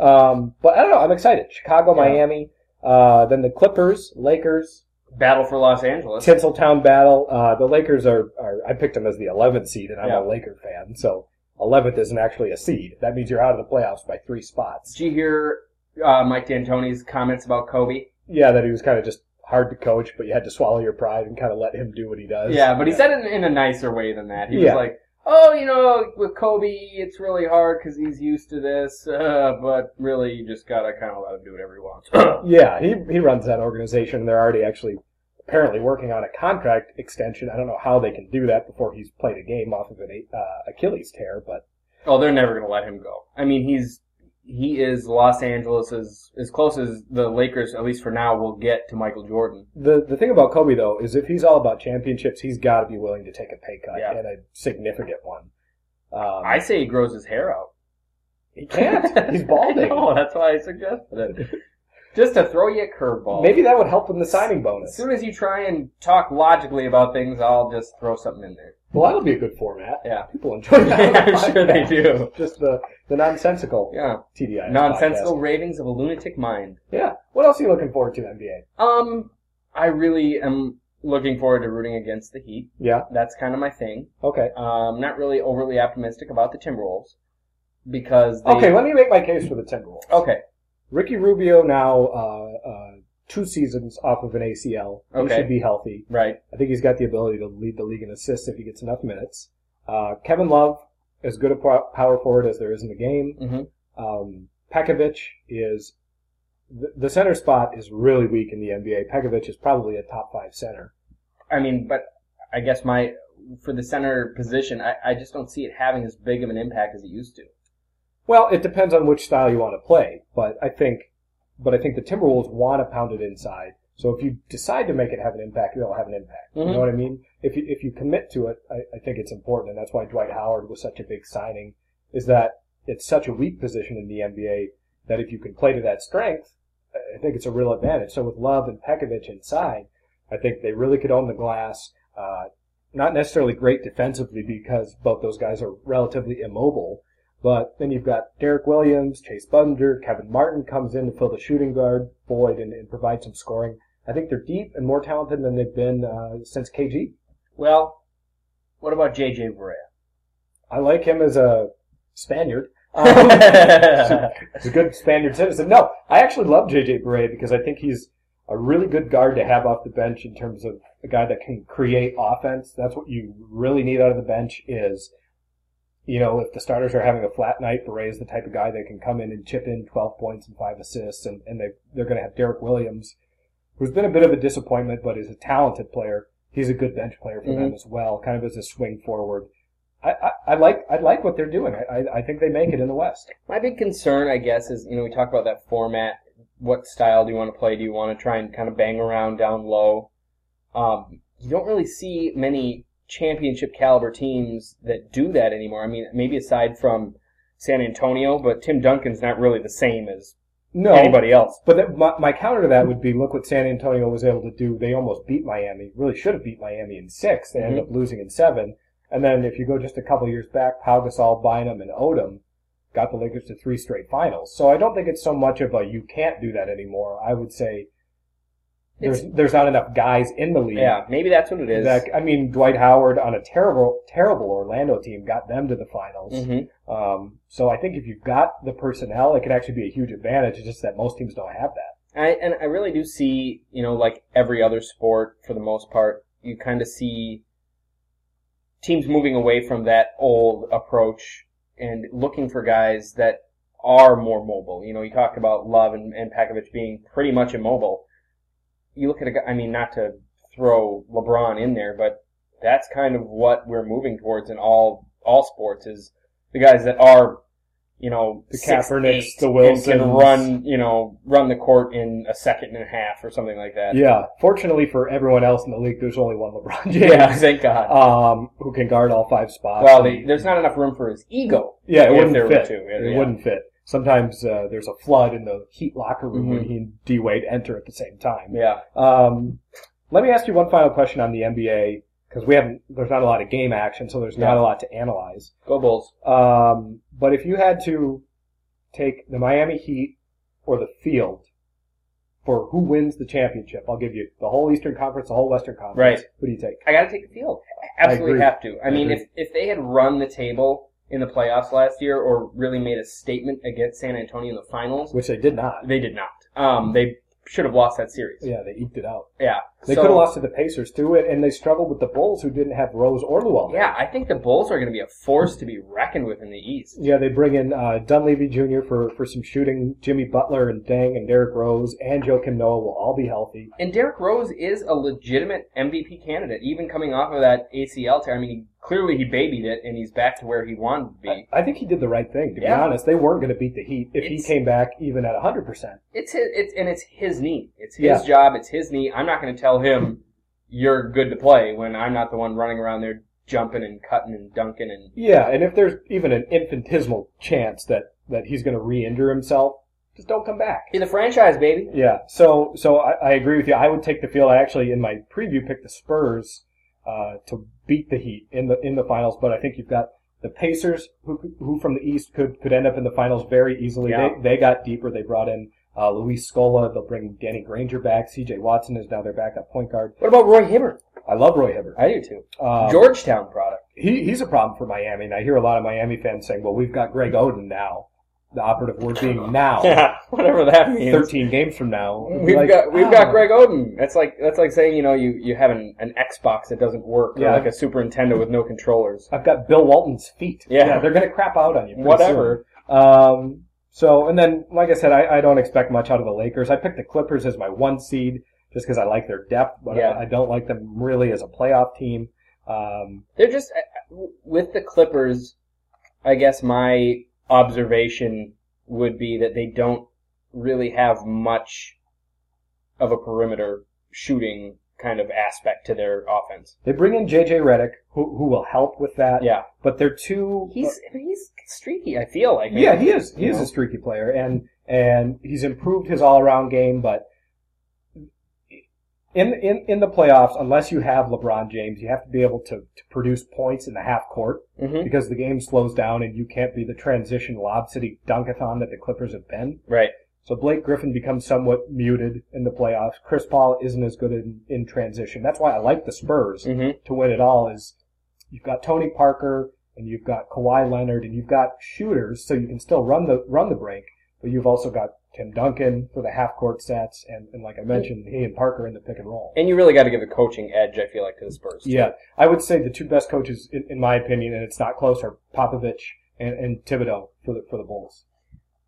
Yeah.
Um, but I don't know. I'm excited. Chicago,
Yeah.
Miami, uh, then the Clippers, Lakers,
Battle for Los Angeles.
Tinseltown battle. Uh, the Lakers are, are I picked them as the 11th seed, and I'm
Yeah.
a Laker fan, so 11th isn't actually a seed. That means you're out of the playoffs by three spots.
Did you hear uh, Mike D'Antoni's comments about Kobe?
Yeah, that he was kind of just hard to coach, but you had to swallow your pride and kind of let him do what he does.
Yeah, but he said it in, in a nicer way than that. He
Yeah.
was like, "Oh, you know, with Kobe, it's really hard because he's used to this, uh, but really, you just gotta kind of let him do whatever he wants."
Yeah, he he runs that organization. They're already actually apparently working on a contract extension. I don't know how they can do that before he's played a game off of an uh, Achilles tear, but
Oh, they're never gonna let him go. I mean, he's he is Los Angeles as as close as the Lakers, at least for now, will get to Michael Jordan.
the the thing about Kobe though is if he's all about championships, he's got to be willing to take a pay cut
Yeah.
and a significant one. Um,
I say he grows his hair out.
he can't. He's
I
balding.
know, that's why I suggested it. Just to throw you a curveball.
Maybe that would help in the signing
as
bonus.
soon as you try and talk logically about things, I'll just throw something in there.
Well, that'll be a good format.
Yeah.
People enjoy that.
Yeah, I'm sure they do.
Just the, the nonsensical
Yeah.
TDI.
Nonsensical ravings of a lunatic mind.
Yeah. What else are you looking forward to, NBA?
Um, I really am looking forward to rooting against the Heat.
Yeah.
That's kind of my thing.
Okay.
Um, not really overly optimistic about the Timberwolves because they,
Okay, let me make my case for the Timberwolves.
okay,
Ricky Rubio now uh, uh, two seasons off of an ACL. He
Okay.
should be healthy.
right.
I think he's got the ability to lead the league in assists if he gets enough minutes. Uh, Kevin Love, as good a po- power forward as there is in the game.
Mhm.
Um, Pekovic is the, the center spot is really weak in the NBA. Pekovic is probably a top five center.
I mean, but I guess my for the center position, I, I just don't see it having as big of an impact as it used to.
Well, it depends on which style you want to play, but I think, but I think the Timberwolves want to pound it inside. So if you decide to make it have an impact, it'll have an impact. You
Mhm.
know what I mean? If you if you commit to it, I, I think it's important, and that's why Dwight Howard was such a big signing. Is that it's such a weak position in the NBA that if you can play to that strength, I think it's a real advantage. So with Love and Pekovic inside, I think they really could own the glass. Uh, not necessarily great defensively because both those guys are relatively immobile. But then you've got Derek Williams, Chase Bunder, Kevin Martin comes in to fill the shooting guard void and, and provide some scoring. I think they're deep and more talented than they've been uh, since KG.
Well, what about JJ Barea?
I like him as a Spaniard. Um,
I
He's a good Spaniard citizen. No, I actually love JJ Barea because I think he's a really good guard to have off the bench in terms of a guy that can create offense. That's what you really need out of the bench is, you know, if the starters are having a flat night, Barea is the type of guy that can come in and chip in 12 points and five assists, and, and they, they're going to have Derek Williams, who's been a bit of a disappointment, but is a talented player. He's a good bench player for them as well, kind of as a swing forward. I, I, I like I like what they're doing. I, I, I think they make it in the West.
My big concern, I guess, is you know we talk about that format. What style do you want to play? Do you want to try and kind of bang around down low? Um, you don't really see many championship caliber teams that do that anymore. I mean, maybe aside from San Antonio, but Tim Duncan's not really the same as
No,
anybody else.
But that, my, my counter to that would be look what San Antonio was able to do. They almost beat Miami. Really should have beat Miami in six. They
Mm-hmm.
ended up losing in seven. And then if you go just a couple years back, Pau Gasol, Bynum, and Odom got the Lakers to three straight finals. So I don't think it's so much of a you can't do that anymore. I would say there's there's not enough guys in the league.
Yeah, maybe that's what it is.
That, I mean, Dwight Howard on a terrible terrible Orlando team got them to the finals.
Mhm.
Um, so I think if you've got the personnel, it can actually be a huge advantage. It's just that most teams don't have that.
I and I really do see, you know, like every other sport for the most part, you kind of see teams moving away from that old approach and looking for guys that are more mobile. You know, you talk about Love and, and Pakovich being pretty much immobile. You look at a guy, I mean, not to throw LeBron in there, but that's kind of what we're moving towards in all all sports is the guys that are, you know,
The
six,
Kaepernicks,
eight,
the
and can
Wilsons.
run, you know, run the court in a second and a half or something like that.
Yeah. Fortunately for everyone else in the league, there's only one LeBron James.
Yeah, thank God.
Um, who can guard all five spots.
well, they, there's not enough room for his ego.
yeah, it
if
wouldn't
there were
fit.
two, yeah,
it
yeah.
wouldn't fit. Sometimes uh, there's a flood in the Heat locker room when he and D Wade enter at the same time.
Mm-hmm. Yeah.
Um, let me ask you one final question on the NBA because we haven't. There's not a lot of game action, so there's not a
Yeah.
lot to analyze.
Go Bulls.
Um, but if you had to take the Miami Heat or the field for who wins the championship, I'll give you the whole Eastern Conference, the whole Western Conference.
Right.
Who do you take?
I got to take the field. I absolutely
agree.
have to. I,
I
mean,
agree.
if, if they had run the table in the playoffs last year or really made a statement against San Antonio in the finals,
Which they did not.
they did not. Um, they should have lost that series.
Yeah, they eked it out.
Yeah.
They
So,
could have lost to the Pacers through it, and they struggled with the Bulls, who didn't have Rose or Llewellyn.
Yeah, I think the Bulls are going to be a force to be reckoned with in the East.
Yeah, they bring in uh, Dunleavy Jr. for for some shooting. Jimmy Butler and Dang and Derrick Rose and Joe Kim Noah will all be healthy.
And Derrick Rose is a legitimate MVP candidate, even coming off of that ACL tear. I mean, he, clearly he babied it, and he's back to where he wanted to be.
I, I think he did the right thing. To
Yeah.
be honest, they weren't going to beat the Heat if he
It's-
came back even at hundred percent.
It's his, it's and it's his knee. It's his
Yeah.
job. It's his knee. I'm not going to tell him you're good to play when I'm not the one running around there jumping and cutting and dunking and
Yeah, and if there's even an infinitesimal chance that that he's going to re-injure himself, just don't come back.
be the franchise baby.
Yeah. So so I, I agree with you. I would take the field. I actually in my preview picked the Spurs uh, to beat the Heat in the in the finals, but I think you've got the Pacers who who from the East could could end up in the finals very easily.
Yeah.
They they got deeper. They brought in uh, Luis Scola. They'll bring Danny Granger back. C.J. Watson is now their backup point guard.
What about Roy Hibbert?
I love Roy Hibbert.
I do too.
Um,
Georgetown product.
he he's a problem for Miami, and I hear a lot of Miami fans saying, "Well, we've got Greg Oden now." The operative word being now.
Yeah, whatever that means.
Thirteen games from now,
We've
Like,
got we've
ah.
got Greg Oden. That's like that's like saying you know you, you have an, an Xbox that doesn't work
Yeah.
or like a Super Nintendo with no controllers.
I've got Bill Walton's feet.
Yeah.
they're gonna crap out on you. pretty
Whatever.
soon. Um, so and then, like I said, I, I don't expect much out of the Lakers. I picked the Clippers as my one seed just because I like their depth, but
Yeah.
I, I don't like them really as a playoff team. Um,
They're just uh, with the Clippers. I guess my observation would be that they don't really have much of a perimeter shooting kind of aspect to their offense.
they bring in JJ Redick, who who will help with that.
Yeah,
but they're too.
he's he's streaky. I feel like
yeah, he is. He is
Yeah.
a streaky player, and and he's improved his all-around game, but in, in in the playoffs, unless you have LeBron James, you have to be able to, to produce points in the half court
Mhm.
because the game slows down and you can't be the transition lob city dunkathon that the Clippers have been.
Right.
So Blake Griffin becomes somewhat muted in the playoffs. Chris Paul isn't as good in, in transition. That's why I like the Spurs
Mhm.
to win it all is you've got Tony Parker and you've got Kawhi Leonard and you've got shooters, so you can still run the run the break, but you've also got Tim Duncan for the half court sets and, and like I mentioned, he and Parker in the pick and roll.
And you really got to give the coaching edge, I feel like, to the Spurs. too.
Yeah, I would say the two best coaches, in, in my opinion, and it's not close, are Popovich and, and Thibodeau for the for the Bulls.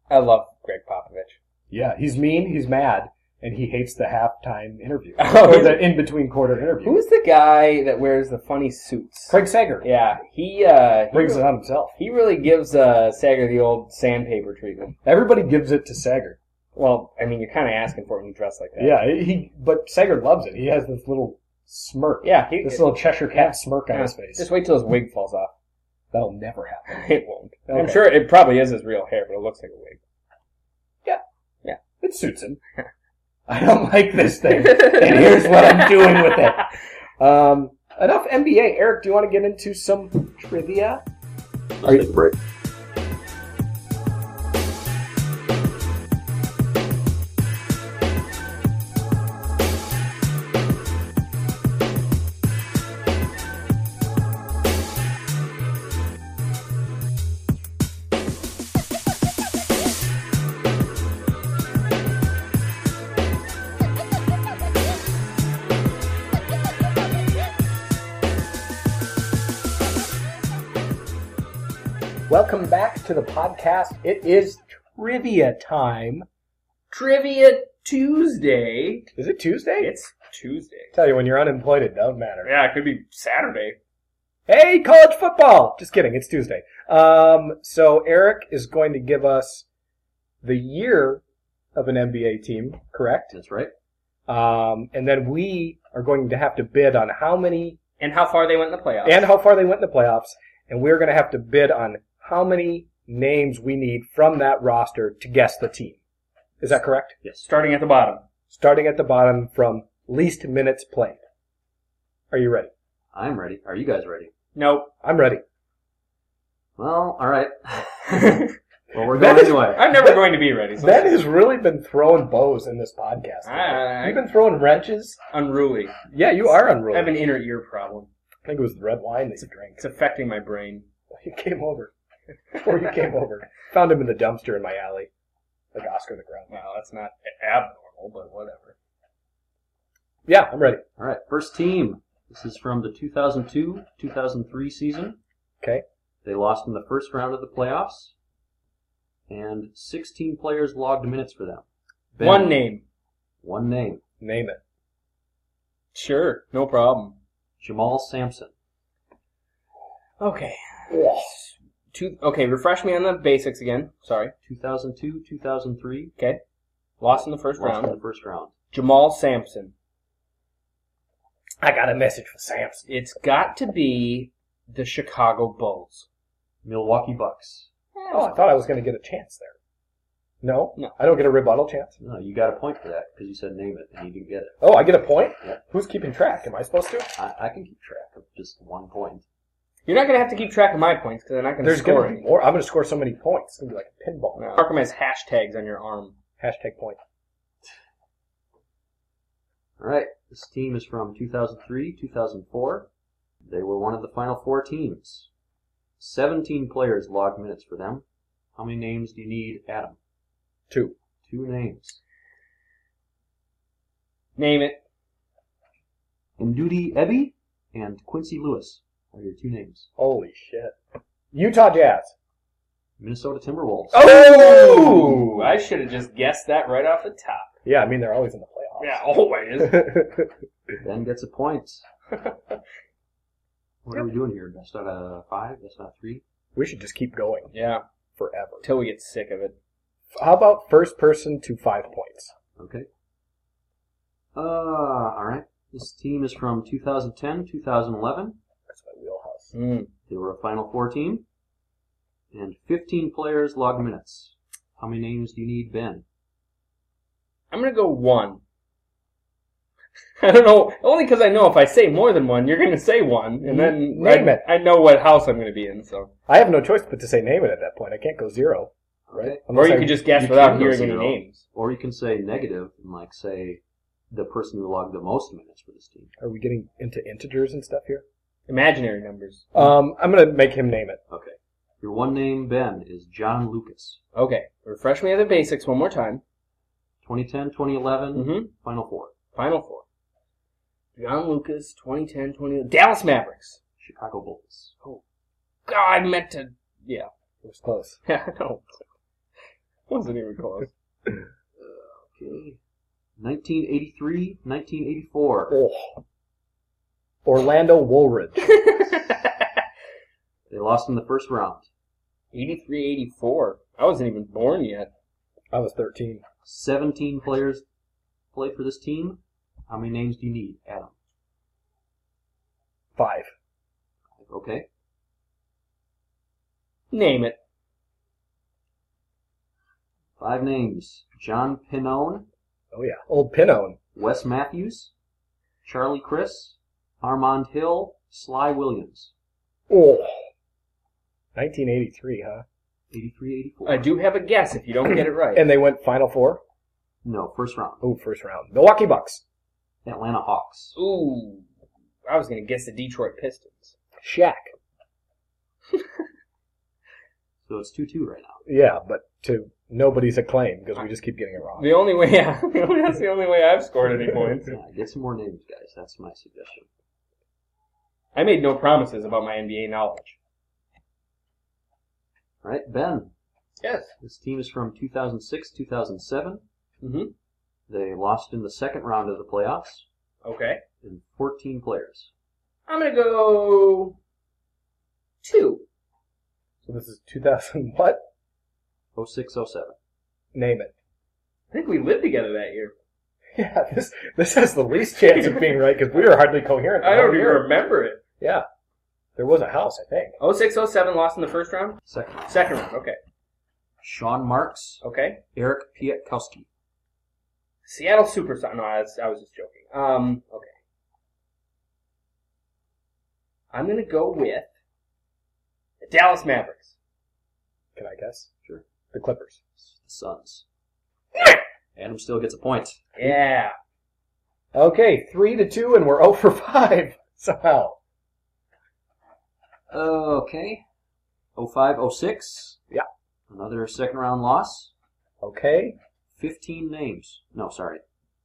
I love Greg Popovich.
Yeah, he's mean, he's mad, and he hates the halftime interview
Oh,
or the in between quarter interview.
Who's the guy that wears the funny suits?
Craig Sager?
Yeah, he uh, he,
brings
re-
it on himself.
he really gives uh, Sager the old sandpaper treatment.
Everybody gives it to Sager.
Well, I mean, you're kind of asking for it when you dress like that.
Yeah, he. But Sager loves it. He has this little smirk.
yeah. He,
This little Cheshire Cat
Yeah.
smirk on
yeah.
his face.
Just wait till his wig falls off.
That'll never happen.
It won't. I'm
Okay.
sure it probably is his real hair, but it looks like a wig.
It suits him. I don't like this thing, and here's what I'm doing with it. Um, enough NBA. Eric, do you want to get into some trivia?
Let's take a break.
Welcome back to the podcast. It is trivia time.
Trivia Tuesday.
Is it Tuesday?
It's Tuesday.
Tell you when you're unemployed, it doesn't matter.
Yeah, it could be Saturday.
Hey, college football! Just kidding, it's Tuesday. Um, so Eric is going to give us the year of an NBA team, correct?
That's right.
Um, and then we are going to have to bid on how many
And how far they went in the playoffs.
and how far they went in the playoffs, and we're going to have to bid on how many names we need from that roster to guess the team. Is that correct?
starting at the bottom.
Starting at the bottom from least minutes played. Are you ready?
I'm ready. Are you guys ready?
Nope.
I'm ready.
Well, all right.
I'm
Well, we're
That
going
is-
anyway.
never going to be ready. So
That has really been throwing bows in this podcast.
I-
You've been throwing wrenches.
unruly.
Yeah, you are
I
unruly.
have an inner ear problem.
I think it was the red wine that you drank.
It's affecting my brain.
You came over. Before you came over. Found him in the dumpster in my alley. Like Oscar the Grouch.
Well, that's not abnormal, but whatever.
Yeah, I'm ready.
All right. First team. This is from the 2002-2003 season.
Okay.
They lost in the first round of the playoffs, and 16 players logged minutes for them. Ben,
One name.
One name.
Name it.
Sure. No problem.
Jamal Sampson.
Okay. Two, okay, refresh me on the basics again. Sorry.
2002-2003.
Okay. Lost in the first
Lost in
round.
the first round.
Jamal Sampson.
I got a message for Samson.
It's got to be the Chicago Bulls.
Milwaukee Bucks.
Oh, I thought I was going to get a chance there. No?
No.
I don't get a rebuttal chance?
No, you got a point for that because you said name it and you didn't get it.
Oh, I get a point?
Yeah.
Who's keeping track? Am I supposed to?
I, I can keep track of just one point.
You're not going to have to keep track of my points because I'm not going to
There's
score
going to be
any.
more. I'm going to score so many points. It's going to be like a pinball.
Mark them as hashtags on your arm.
Hashtag point.
All right. This team is from 2003-2004. They were one of the final four teams. 17 players logged minutes for them. How many names do you need, Adam?
Two.
Two names.
Name it.
Ndudi Ebby and Quincy Lewis are your two names.
Holy shit. Utah Jazz.
Minnesota Timberwolves.
Oh! I should have just guessed that right off the top.
Yeah, I mean, they're always in the playoffs.
Yeah, always.
Ben gets a point. What are we doing here? Best out of five? Best out of three?
we should just keep going
yeah,
forever.
till we get sick of it.
How about first person to five points?
Okay. Uh, all right. This team is from 2010, 2011.
That's my wheelhouse.
Mm.
They were a Final Four team, and 15 players logged minutes. How many names do you need, Ben?
I'm gonna go one. I don't know, only because I know if I say more than one, you're gonna say one, and then
Name
I,
it.
I know what house I'm gonna be in. So,
I have no choice but to say name it at that point. I can't go zero, right?
or
Unless
you
I-
could just guess
you
without
can go
hearing any
zero.
names.
Or you can say negative and like say the person who logged the most minutes for this team.
Are we getting into integers and stuff here?
Imaginary numbers.
Um, I'm gonna make him name it.
Okay. Your one name, Ben, is John Lucas.
Okay, refresh me of the basics one more time.
2010, 2011,
Mm-hmm.
Final Four.
Final four. John Lucas, 2010, 20 Dallas Mavericks.
Chicago Bulls.
God, I meant to. Yeah,
It was close.
yeah, I know. Wasn't even close.
Okay. 1983, 1984.
Oh. Orlando Woolridge.
They lost in the first round.
83, 84. I wasn't even born yet.
I was 13.
17 players played for this team. How many names do you need, Adam?
Five.
Okay.
Name it.
Five names. John Pinone,
Oh yeah. Old Pinone.
Wes Matthews, Charlie Chris, Armand Hill, Sly Williams.
Oh. 1983, huh?
83, 84.
I do have a guess if you don't get it right.
And they went Final Four.
No, first round.
Oh, first round. Milwaukee Bucks.
Atlanta Hawks.
Ooh, I was gonna guess the Detroit Pistons.
Shaq.
So it's 2-2 right now.
Yeah, but to nobody's acclaim because we just keep getting it wrong.
The only way, yeah, that's the only way I've scored any points.
Yeah, get some more names, guys. That's my suggestion.
I made no promises about my NBA knowledge.
All right, Ben.
Yes.
This team is from 2006, 2007.
Mhm.
They lost in the second round of the playoffs
Okay.
in 14 players.
I'm gonna go two.
So this is 2000. What?
06, 07.
Name it.
I think we lived together that year.
Yeah, this this has the least chance of being right because we were hardly coherent. the
I don't
whole
even
year.
remember it.
Yeah, there was a house, I think.
06, 07 lost in the first round.
Second round.
Second round. Okay.
Sean Marks,
Okay.
Eric Pietkowski.
Seattle Supersonics. No, I was, I was just joking. Um. Okay. I'm gonna go with the Dallas Mavericks.
Can I guess?
Sure.
The Clippers.
Suns. Adam still gets a point.
Yeah.
Okay, three to two, and we're 0 for five somehow.
Okay. 05, 06.
Yeah.
Another second round loss.
Okay,
15 names. No, sorry.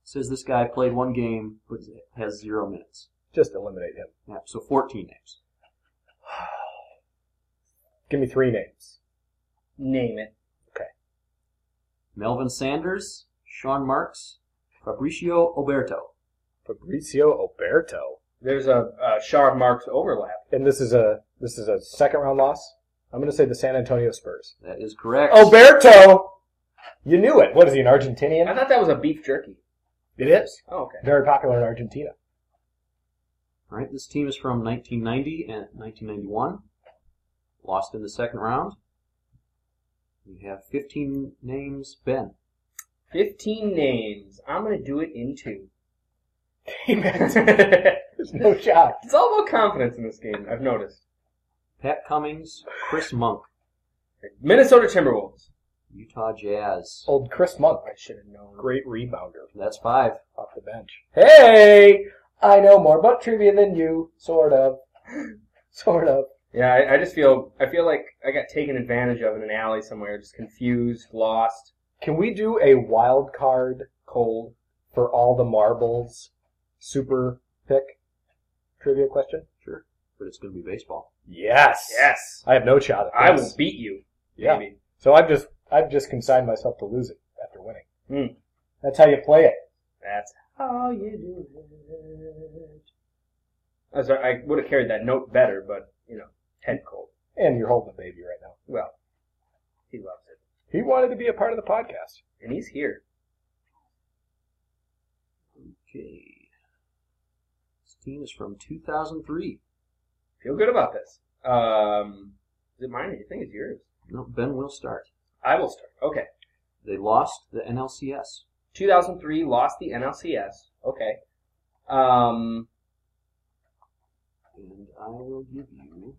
says this guy played one game but has zero minutes.
just eliminate him.
Yeah, so 14 names.
Give me three names.
Name it.
Melvin Sanders, Sean Marks, Fabricio Oberto.
Fabrizio Oberto,
There's a, a Shard Marks overlap.
and this is a this is a second round loss. I'm going to say the San Antonio Spurs.
That is correct.
Oberto, you knew it. What is he? An
I
Argentinian?
thought that was a beef jerky.
It is
Oh, okay.
very popular in Argentina.
All right, this team is from 1990 and 1991. Lost in the second round. We have 15 names. Ben.
15 names. I'm going to do it in two.
There's
it's
no shot.
all about confidence in this game, I've noticed.
Pat Cummings, Chris Monk,
Minnesota Timberwolves.
Utah Jazz.
Old Chris Monk,
I should have known.
great rebounder
That's five.
off the bench. Hey, I know more about trivia than you, sort of, sort of.
Yeah, I, I just feel, I feel like I got taken advantage of in an alley somewhere. Just confused, lost,
Can we do a wild card
cold.
for all the marbles? Super pick trivia question.
Sure. But it's going to be baseball.
Yes.
Yes.
I have no shot at
I
this.
will beat you.
Yeah.
Maybe.
So I've just I've just consigned myself to losing after winning.
Hmm.
That's how you play it.
That's how you do it. I, was, I would have carried that note better, but, you know, head cold.
And you're holding a baby right now.
Well, he loves it.
He wanted to be a part of the podcast.
And he's here.
Okay. This team is from 2003.
Feel good about this. Um, is it mine? I think it's yours.
No, Ben will start.
I will start. Okay.
They lost the NLCS.
2003 lost the NLCS. Okay. Um,
And I will give you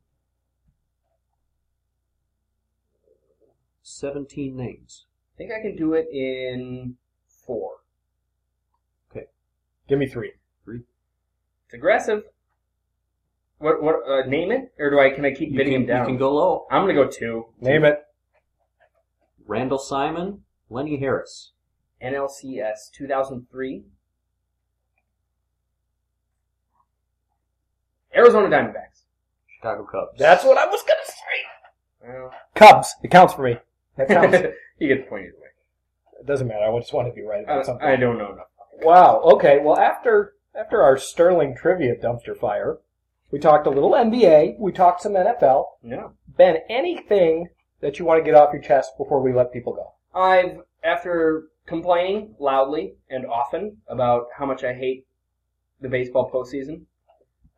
17 names.
I think I can do it in four.
Give me three.
It's aggressive. What? What? Uh, name it, or do I? Can I keep
You
bidding
can,
him down?
you can go low.
I'm gonna go two.
Name it.
Randall Simon, Lenny Harris.
NLCS 2003. Arizona Diamondbacks.
Chicago Cubs.
That's what I was gonna say.
Well,
Cubs. It counts for me. That counts. it
you get the point either way. Uh,
doesn't matter. I just want to be right about something.
I, I don't know enough.
Uh, Wow. Okay. Well, after after our Sterling trivia dumpster fire, we talked a little NBA. We talked some NFL.
No.
Ben, anything that you want to get off your chest before we let people go?
I've, after complaining loudly and often about how much I hate the baseball postseason,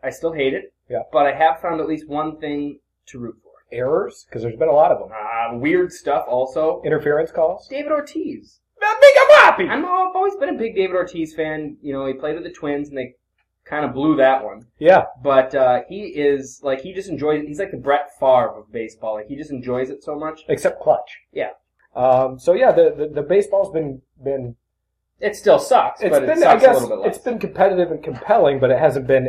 I still hate it.
Yeah.
But I have found at least one thing to root for.
Errors, because there's been a lot of them.
Uh, weird stuff also.
Interference calls.
David Ortiz.
Make him happy.
I'm, I've always been a big David Ortiz fan. You know, he played with the Twins and they kind of blew that one.
Yeah.
But uh, he is, like, he just enjoys He's like the Brett Favre of baseball. Like, he just enjoys it so much.
Except clutch.
Yeah.
Um, so yeah, the, the the baseball's been been
It still sucks,
it's
but
been
it sucks
I guess
a little bit less.
it's been competitive and compelling, but it hasn't been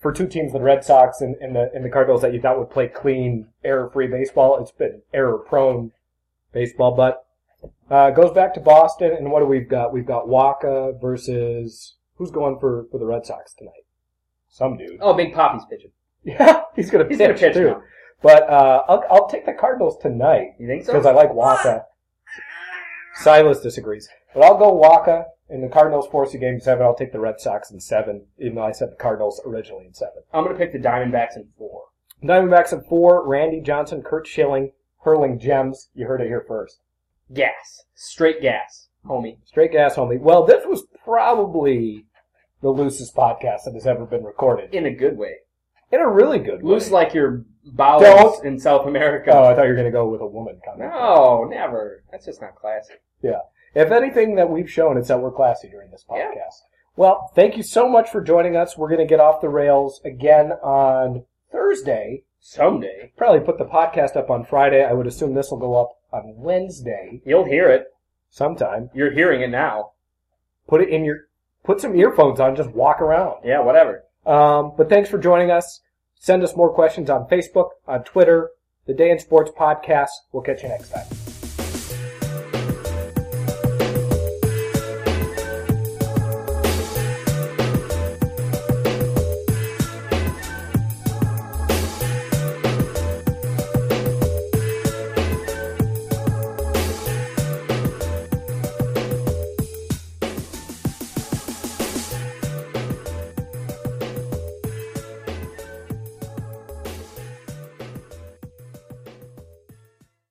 for two teams, the Red Sox and, and the and the Cardinals that you thought would play clean, error free baseball. It's been error prone baseball, but uh, it goes back to Boston and what do we've got? We've got Waka versus who's going for, for the Red Sox tonight? Some dude.
Oh, Big Poppy's pitching.
Yeah, he's gonna
He's
pitch,
gonna pitch
too.
now.
But uh, I'll I'll take the Cardinals tonight
You think so?
because I like Waka. Silas disagrees, but I'll go Waka and the Cardinals force the game to seven. I'll take the Red Sox in seven, even though I said the Cardinals originally in seven.
I'm gonna pick the Diamondbacks in four.
Diamondbacks at four. Randy Johnson, Kurt Schilling, hurling gems. You heard it here first.
Gas, straight gas, homie.
Straight gas, homie. Well, this was probably the loosest podcast that has ever been recorded
In a good way.
in a really good way.
Loose like your bowels
Don't.
in South
Oh,
America.
I thought you were going to go with a woman comment.
No, never. That's just not classic.
If anything that we've shown, it's that we're classy during this
Yeah.
podcast. Well, thank you so much for joining us. We're going to get off the rails again on Thursday.
Someday
Probably put the podcast up on Friday. I would assume this will go up on Wednesday
you'll hear it.
sometime.
You're hearing it now.
Put it in your, put some earphones on, just walk around.
Yeah, whatever.
Um, but thanks for joining us. Send us more questions on Facebook, on Twitter, the Day in Sports Podcast. We'll catch you next time.